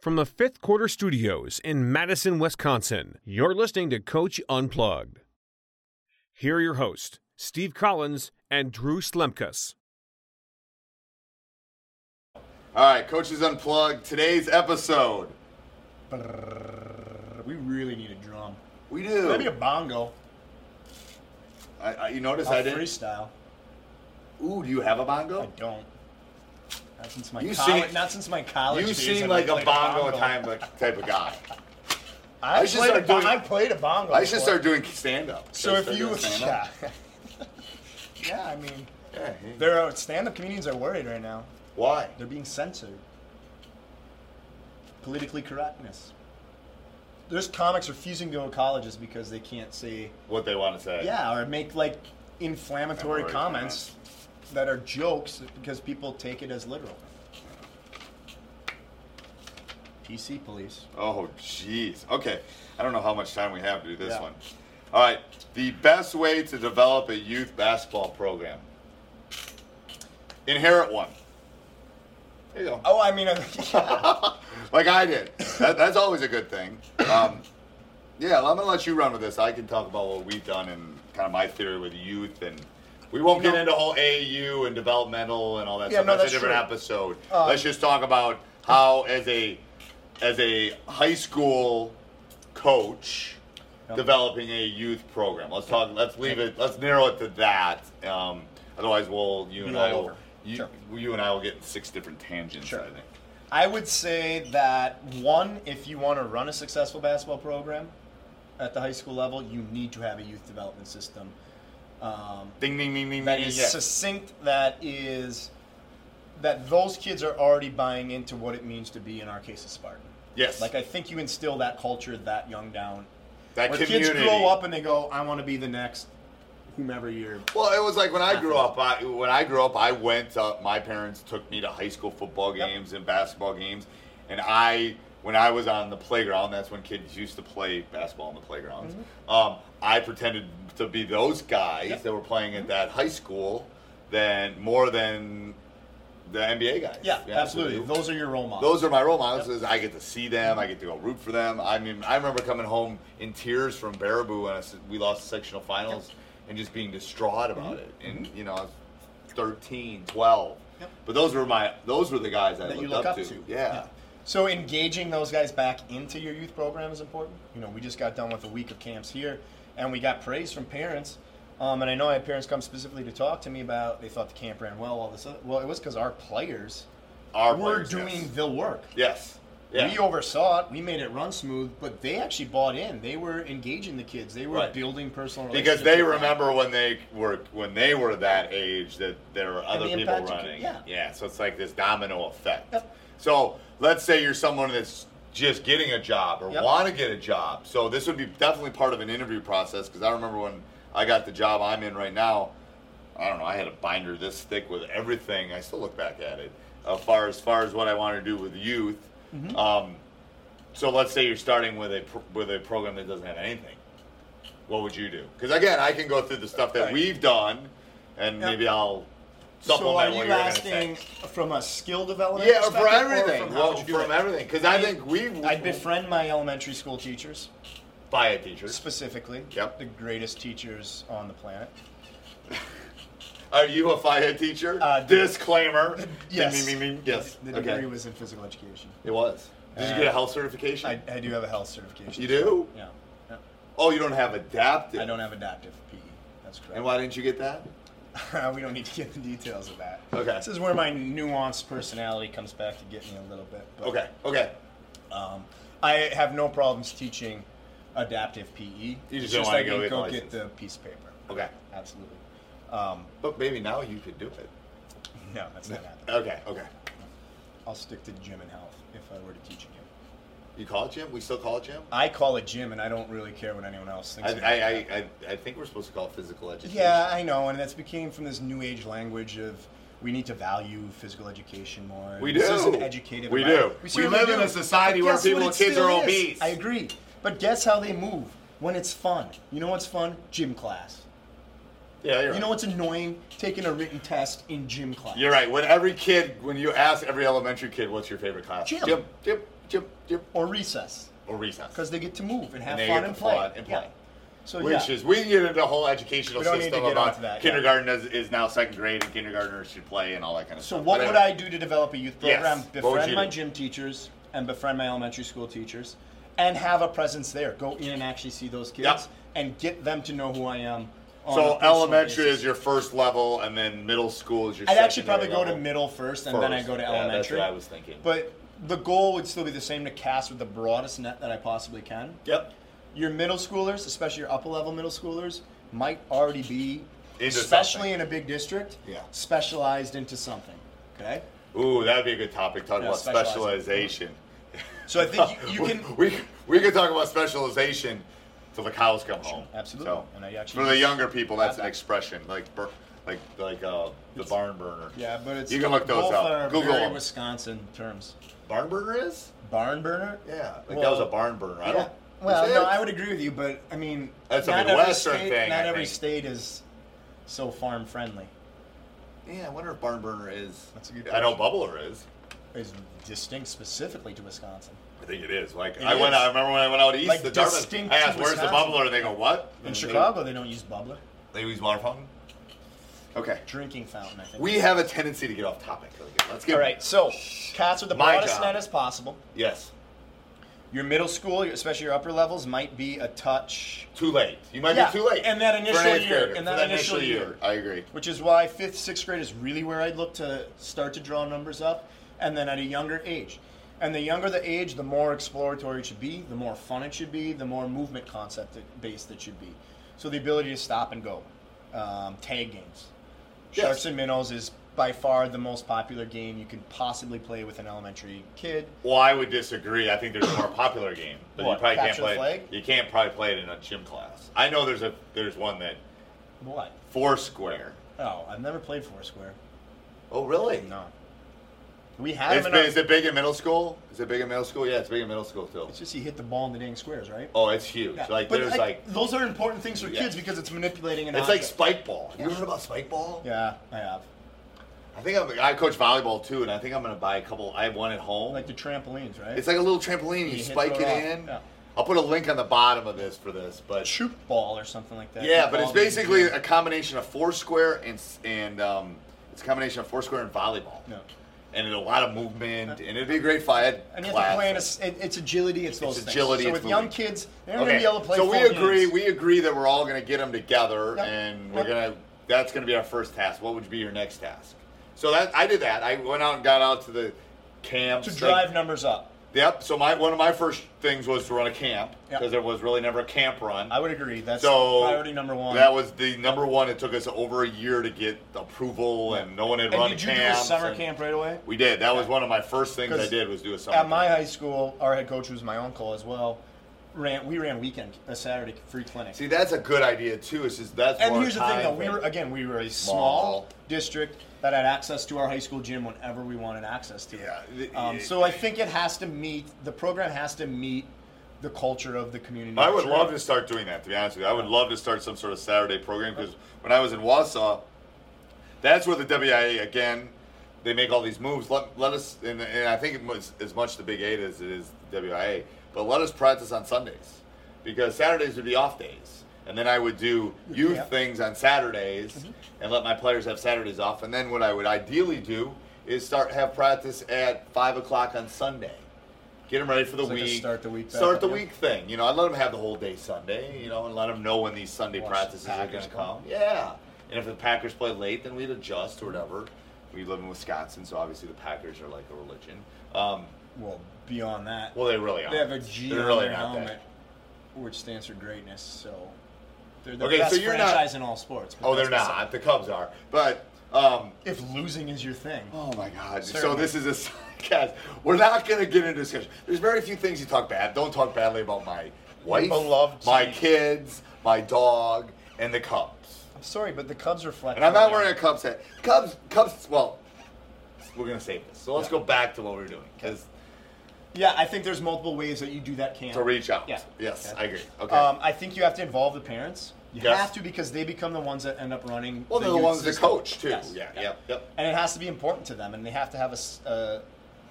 From the Fifth Quarter Studios in Madison, Wisconsin, you're listening to Coach Unplugged. Here are your hosts, Steve Collins and Drew Slemkus. All right, Coaches Unplugged, today's episode. We really need a drum. We do. Maybe a bongo. I, I, you notice I'll I didn't. freestyle. Ooh, do you have a bongo? I don't. Not since my You college. seem- not since my college. you days seem have like I a played bongo time like, type of guy. I, I should played a start bongo. doing- I played a bongo. I should before. start doing stand up. So if you, yeah, yeah, I mean, yeah. hey. there are stand-up comedians are worried right now. Why? They're being censored. Politically correctness. There's comics refusing to go to colleges because they can't say What they want to say. Yeah, or make like inflammatory Inflammatory comments that are jokes because people take it as literal. PC police. Oh, jeez. Okay. I don't know how much time we have to do this Yeah. one. All right. The best way to develop a youth basketball program. Inherit one. There you go. Oh, I mean, I, like I did. That, that's always a good thing. Um, yeah, I'm gonna let you run with this. I can talk about what we've done and kind of my theory with youth, and we won't You get know- into whole AAU and developmental and all that Yeah, stuff. no, that's, that's a different true. episode. Uh, Let's just talk about how, as a as a high school coach, developing a youth program. Let's talk. Let's leave it. Let's narrow it to that. Um, otherwise, we'll you and all I will over. you, Sure. you and I will get in six different tangents. Sure. I think. I would say that one, if you want to run a successful basketball program at the high school level, you need to have a youth development system um, Ding ding ding ding. that ding, is yeah. succinct. That is that those kids are already buying into what it means to be, in our case, a Spartan. Yes. Like I think you instill that culture that young down. That where community. kids grow up and they go, I want to be the next whomever you're. Well, it was like when I grew up. I, when I grew up, I went. To, my parents took me to high school football Yep. games and basketball games, and I, when I was on the playground, that's when kids used to play basketball on the playgrounds. Um, I pretended to be those guys Mm-hmm. Yep. Mm-hmm. that were playing at that high school, than more than the NBA guys. Yeah, to be honest with absolutely. you. Those are your role models. Those are my role models. Is I get to see them. I get to go root for them. I mean, I remember coming home in tears from Baraboo when I s we lost the sectional finals and just being distraught about it. And you know, I was 13, 12. Mm-hmm. Yep. But those were my those were the guys I that looked you look up, to. Yeah. So engaging those guys back into your youth program is important. You know, we just got done with a week of camps here, and we got praise from parents. Um, and I know I had parents come specifically to talk to me about they thought the camp ran well. All this, other, well, it was because our players Our we're players, doing yes. the work. Yes. Yeah. We oversaw it. We made it run smooth, but they actually bought in. They were engaging the kids. They were Right. building personal because relationships. they with them. remember when they were when they were that age that there were other the people impact you could- running. yeah. so it's like this domino effect. So let's say you're someone that's just getting a job or Yep. want to get a job. So this would be definitely part of an interview process because I remember when I got the job I'm in right now. I don't know. I had a binder this thick with everything. I still look back at it. As far as far as what I wanted to do with youth. Mm-hmm. Um, so let's say you're starting with a pro- with a program that doesn't have anything. What would you do? Because again, I can go through the stuff that Right. we've done, and maybe I'll So are supplement you what you're going to say. asking from a skill development? Yeah, or for perspective, or everything. from how well, would you do from it? everything. Because I think we I befriend my elementary school teachers buy a teacher. specifically. Yep. The greatest teachers on the planet. Are you a FIA teacher? Uh, the- Disclaimer. Yes. Me, me, me, Yes. The okay. degree was in physical education. It was. Did you Uh, get a health certification? I, I do have a health certification. you do? Yeah. yeah. Oh, you don't have adaptive. I don't have adaptive PE. That's correct. And why didn't you get that? we don't need to get the details of that. Okay. This is where my nuanced personality comes back to get me a little bit. But, Okay. Okay. Um, I have no problems teaching adaptive PE. You just don't wanna go I can get go the get license. the piece of paper. Okay. Absolutely. Um, But maybe now you could do it. no, that's not happening. Okay. Okay. I'll stick to gym and health if I were to teach again. You call it gym? We still call it gym? I call it gym, and I don't really care what anyone else I, thinks. about I, it. I, I, I think we're supposed to call it physical education. Yeah, I know, and that's became from this new age language of we need to value physical education more. We This do. is an educated. We environment. do. We certainly live in do. a society But where guess what? people- It kids are still is. obese. I agree, but guess how they move when it's fun. You know what's fun? Gym class. Yeah, you're You right. know what's annoying? Taking a written test in gym class. You're right. When every kid, when you ask every elementary kid, what's your favorite class? Gym. Gym, gym, gym, gym, Or recess, or recess. because they get to move and have they fun get and to play. fun and play. Yeah. So Which yeah. is, we can get into the whole educational We don't need system to get about onto that, yeah. kindergarten is, is now second grade and kindergartners should play and all that kind of So stuff. what But would anyway. I do to develop a youth Yes. program? What would you Befriend my do? gym teachers and befriend my elementary school teachers and have a presence there. Go in and actually see those kids Yep. and get them to know who I am. on So a personal elementary basis. is your first level, and then middle school is your. I'd actually secondary probably go to level. middle first and then I First. go to Yeah, that's elementary. what I was thinking. But the goal would still be the same to cast with the broadest net that I possibly can. Yep. Your middle schoolers, especially your upper level middle schoolers, might already be, Into especially something. in a big district, Yeah. specialized into something. Okay? Ooh, that'd be a good topic. Talk Yeah, about specializing. specialization. So I think you, you can. we we could talk about specialization till the cows come home. Absolutely. So, And I actually for the just- younger people, that's an Yeah. expression like bur- like like uh, the barn burner. Yeah, but it's you can look those both up. Are Google very them. Wisconsin terms. barn burner is. Barn burner. Yeah, like that Well, was a barn burner. I Yeah. don't. Well, is no, it? I would agree with you, but I mean, That's a not Midwestern every state, thing, Not I every think. state is so farm friendly. Yeah, I wonder if barn burner is. That's a good I know question. bubbler is. Is distinct specifically to Wisconsin. I think it is. Like It I went. is. I remember when I went out east Like to Dartmouth. distinct I asked, to "Where's the Wisconsin. bubbler?" And they go, "What?" In And they- Chicago, they don't use bubbler. They use water fountain. Okay. Drinking fountain, I think. We have a tendency to get off topic. Let's get All right, so cats with the My broadest job. net as possible. Yes. Your middle school, your- especially your upper levels, might be a touch Too late. You might Yeah, be too late. in that for an initial eighth year, grader, in for that initial year. I agree. which is why fifth, sixth grade is really where I'd look to start to draw numbers up, and then at a younger age. And the younger the age, the more exploratory it should be, the more fun it should be, the more movement concept it- based it should be. So the ability to stop and go, um, tag games. Yes. Sharks and minnows is by far the most popular game you could possibly play with an elementary kid. Well, I would disagree. I think there's a more popular game, but you What, probably can't capture the play. flag? You can't probably play it in a gym class. I know there's a there's one that What? Foursquare. Oh, I've never played Foursquare. Oh, really? No. We have It's them big, in our- is it big in middle school? Is it big in middle school? Yeah, it's big in middle school too. It's just you hit the ball in the dang squares, right? Oh, it's huge. Yeah. Like But, there's like those are important things for Yeah. kids because it's manipulating an it's like object. spike ball. Have you heard about spike ball? yeah, I have I think I'm, I coach volleyball too, and I think I'm gonna buy a couple. I have one at home. like the trampolines, right? It's like a little trampoline. You, You hit spike it it off. in. Yeah. I'll put a link on the bottom of this for this, but shoot ball or something like that. yeah, but The ball it's being basically shot. a combination of foursquare and s- and um, it's a combination of foursquare and volleyball. Yeah. And a lot of movement, and it'd be a great fight. and you have to play in a, s- it, it's agility. It's those things. agility, So it's with young moving. kids, they're not gonna be able to play. so full we agree. games. We agree that we're all going to get them together, Yep. and we're Yep. gonna. That's going to be our first task. What would be your next task? So that I did that. I went out and got out to the camps to like- drive numbers up. Yep. So my one of my first things was to run a camp because there was really never a camp run. I would agree. That's so priority number one. That was the number one. It took us over a year to get approval, and no one had And run did you do a camps. summer and- camp right away? We did. That was one of my first things I 'Cause did was do a summer. At camp. my high school, our head coach was my uncle as well. Ran we ran weekend a Saturday free clinic. See, that's a good idea too. It's just that's and more here's the thing time though, we for- were again we were a small Small. district that had access to our high school gym whenever we wanted access to it. the- Um, so I think it has to meet the program has to meet the culture of the community. I would Sure. love to start doing that. To be honest with you, I would love to start some sort of Saturday program because when I was in Wausau, that's where the WIA again. They make all these moves. Let, let us, and, and I think it was as much the Big Eight as it is the WIA. But let us practice on Sundays because Saturdays would be off days, and then I would do youth camp. things on Saturdays Mm-hmm. and let my players have Saturdays off. And then what I would ideally do is start have practice at five o'clock on Sunday. Get them ready for the It's like a week. start the week back Start up, the yeah. week thing. You know, I let them have the whole day Sunday, you know, and let them know when these Sunday Watch the practices are going Packers to come. come. Yeah. And if the Packers play late, then we'd adjust or whatever. We live in Wisconsin, so obviously the Packers are like a religion. Um, well beyond that. well, they really are. They have a G They're on really their not that. helmet, which stands for greatness. So they're the Okay, best so you're not- franchise in all sports. but Oh, they're that's not. The Cubs are. But um, beside- If losing is your thing, Oh my God! So Certainly. this is a guys. We're not going to get into discussion. There's very few things you talk bad. Don't talk badly about my wife, beloved my team. kids, my dog, and the Cubs. I'm sorry, but the Cubs reflect. And I'm not on wearing a it. Cubs hat. Cubs, Cubs. Well, we're going to save this. So let's go back to what we were doing because Yeah, I think there's multiple ways that you do that camp to reach out. Yeah. Yes, Okay. I agree. Okay. Um, I think you have to involve the parents. You Yes. have to because they become the ones that end up running. well, they're the youth ones that system. coach too. Yes. Yeah. Yep. Yep. and it has to be important to them, and they have to have a, s- a-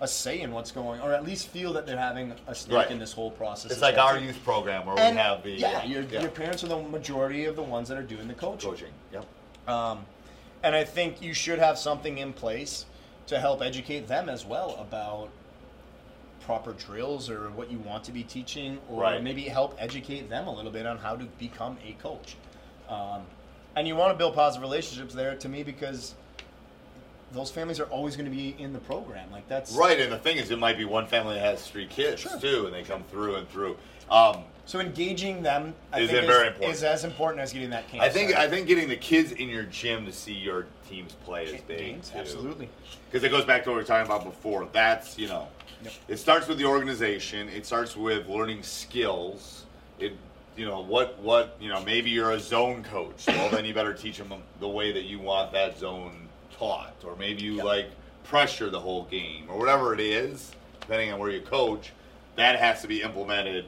a say in what's going, or at least feel that they're having a stake Right. in this whole process. It's as like well, our too. youth program where And we have the uh, yeah, your, yeah. your parents are the majority of the ones that are doing the coaching. coaching. Yep. Um, and I think you should have something in place to help educate them as well about proper drills or what you want to be teaching, or Right. maybe help educate them a little bit on how to become a coach. Um, and you want to build positive relationships there to me because those families are always going to be in the program. Like that's Right, and the thing is, it might be one family that has three kids Sure. too, and they come through and through. Um, So engaging them I Is think it very important? is as important as getting that camp. I think I started. think getting the kids in your gym to see your teams play is big Games, absolutely. because it goes back to what we were talking about before. That's you know, it starts with the organization. It starts with learning skills. It you know what what you know maybe you're a zone coach. Well, then you better teach them the way that you want that zone taught, or maybe you like pressure the whole game or whatever it is, depending on where you coach. That has to be implemented.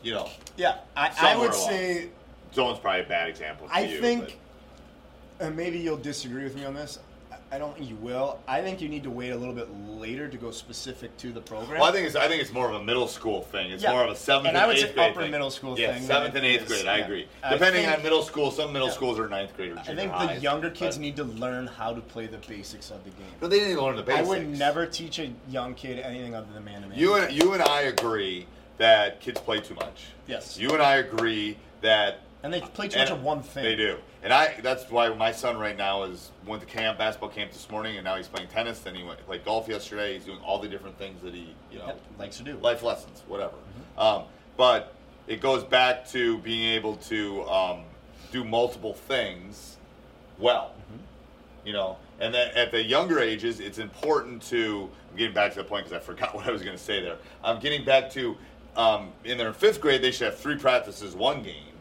You know, Yeah, I, I somewhere would along. say zone's probably a bad example. For I you, but- think, and maybe you'll disagree with me on this. I- I don't think you will. I think you need to wait a little bit later to go specific to the program. Well, I think it's I think it's more of a middle school thing. It's Yeah. more of a seventh And and I would eighth say grade upper thing. middle school yeah, thing seventh than and it eighth is, grade. I yeah. agree. I Depending think- on middle school, some middle Yeah. schools are ninth grade or I junior think the highs, younger kids but- need to learn how to play the basics of the game. But they need to learn the I basics. would never teach a young kid anything other than man to man. You and you and I agree that kids play too much. Yes. You and I agree that. And they play too much and of one thing. They do, and I. That's why my son right now is went to camp, basketball camp this morning, and now he's playing tennis. Then he went played golf yesterday. He's doing all the different things that he you know Yep, likes to do. life lessons, whatever. Um, but it goes back to being able to um, do multiple things well you know and that at the younger ages it's important to i'm getting back to the point because i forgot what i was going to say there i'm getting back to um, in their fifth grade they should have three practices one game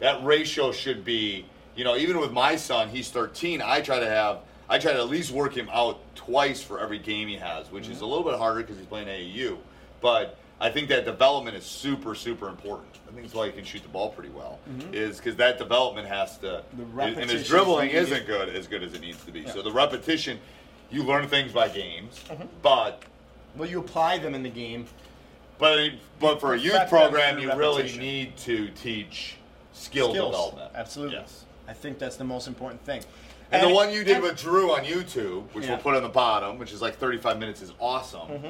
that ratio should be you know even with my son he's 13 i try to have i try to at least work him out twice for every game he has which is a little bit harder because he's playing aau but i think that development is super super important i think that's why he can shoot the ball pretty well is because that development has to The and repetitions his dribbling needed. isn't good as good as it needs to be. So the repetition, you learn things by games, Mm-hmm. but well, you apply them in the game. but but for a youth Perfect them program, through you really repetition. need to teach skill development. Absolutely. Yes. I think that's the most important thing. And, the one you did and- with Drew on YouTube, which Yeah. Mm-hmm. we'll put on the bottom, which is like 35 minutes, is awesome.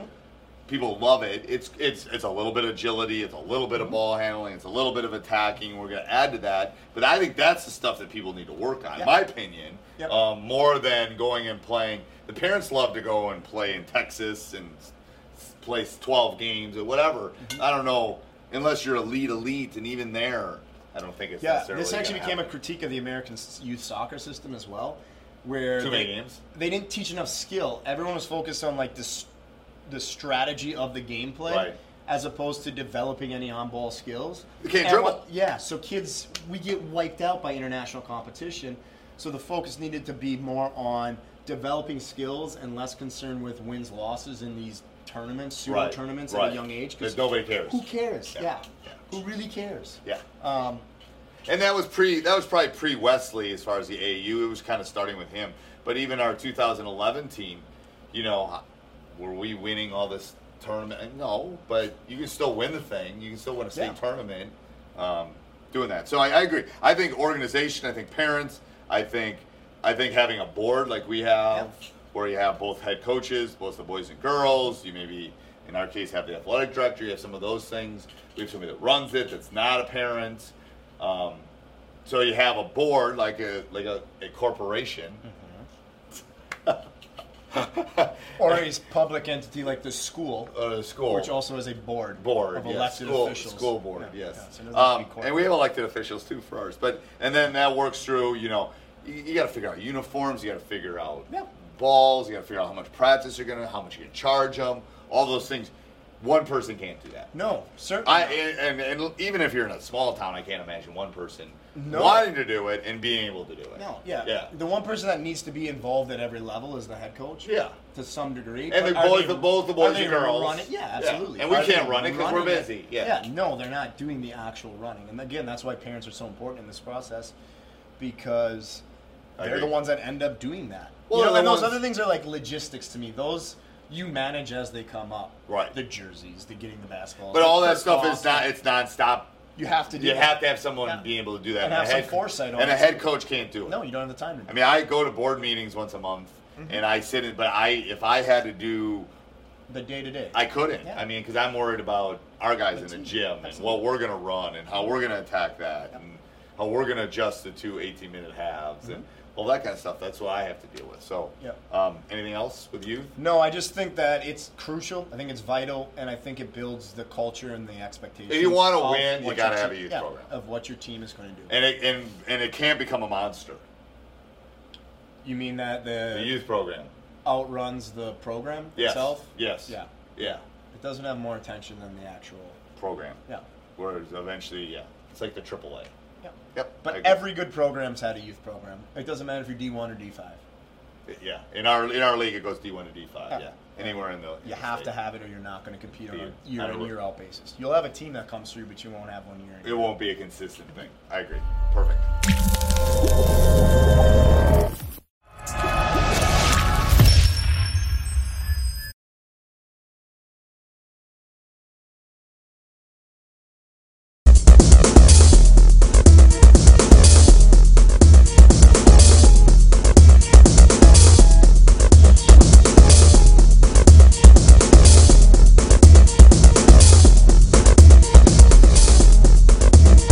people love it. It's it's it's a little bit of agility, it's a little bit of Mm-hmm. ball handling, it's a little bit of attacking. We're going to add to that, but I think that's the stuff that people need to work on, in my opinion, Yep. um, more than going and playing. The parents love to go and play in Texas and s- s- play 12 games or whatever. Mm-hmm. I don't know, unless you're elite, elite, and even there, I don't think it's Yeah, necessarily. this actually gonna became a happen. critique of the American s- youth soccer system as well, where Too they, many games. they didn't teach enough skill. Everyone was focused on like this, the strategy of the gameplay, Right. as opposed to developing any on-ball skills. They can't And dribble. what- yeah, so kids, we get wiped out by international competition. So the focus needed to be more on developing skills and less concerned with wins losses in these tournaments, pseudo Right, tournaments at right. a young age. That nobody cares. Who cares? Yeah, Yeah. Who really cares? yeah. Um, And that was pre that was probably pre Wesley as far as the AU. It was kind of starting with him. But even our 2011 team, you know, were we winning all this tournament? No, but you can still win the thing. You can still win a state Yeah. tournament um, doing that. So I, I agree. I think organization. I think parents. I think I think having a board like we have, where you have both head coaches, both the boys and girls. You maybe in our case have the athletic director. You have some of those things. We have somebody that runs it that's not a parent. Um, so you have a board like a like a, a corporation. Mm-hmm. or a public entity like the school, Uh, school. which also has a board, board of yes. elected school, officials. School board, Yeah, yeah, yes. so it doesn't have to Um, be corporate. and we have elected officials too for ours, but and then that works through. You know, you, you got to figure out uniforms. You got to figure out Yeah. balls. You got to figure out how much practice you're gonna, how much you can charge them, all those things. One person can't do that. no, certainly. I not. and, and, and even if you're in a small town, I can't imagine one person No. wanting to do it and being able to do it. no, yeah. yeah. The one person that needs to be involved at every level is the head coach. Yeah. To some degree. And the but are boys- they- the both the are boys they and girls. running- Yeah, Yeah. absolutely. And we Are they can't run it 'cause we're running it? busy, yeah. Yeah, no, they're not doing the actual running. And again, that's why parents are so important in this process because I they're the agree. ones that end up doing that. Well, you know, they're and the those ones- other things are like logistics to me. Those you manage as they come up. Right. The jerseys, the getting the basketball. But all that stuff is not. It's nonstop. You have to do You that. have to have someone Yeah. be able to do that. And a have some head- foresight on And a it, head too. coach can't do it. No, you Mm-hmm. don't have the time to do I mean, I go to board meetings once a month, and I sit in. But I, if I had to do, the day to day. I couldn't. Yeah. I mean, because I'm worried about our guys in the team. gym and what we're gonna run and how we're gonna attack that and how we're gonna adjust the two 18 minute halves and Mm-hmm. all that kind of stuff. That's what I have to deal with. So, Yep. um, anything else with you? No, I just think that it's crucial. I think it's vital, and I think it builds the culture and the expectations. If you wanna of win, you what gotta your have a team- youth yeah, program. of what your team is going to do. And it and and it can't become a monster. you mean that the, The youth program. outruns the program Yes. itself? Yes. Yeah. Yeah. It doesn't have more attention than the actual. Program. Yeah. Whereas eventually, yeah, it's like the AAA. Yeah. Yep. I But agree. every good program's had a youth program. It doesn't matter if you're D1 or D5. Yeah, in our in our league it goes D one to D five. Yeah, Yeah. anywhere in the in You the have state. to have it, or you're not going to compete on Yeah. a year I in would- year out basis. You'll have a team that comes through, but you won't have one year. in, It won't be a consistent thing. I agree. Perfect.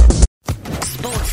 Sports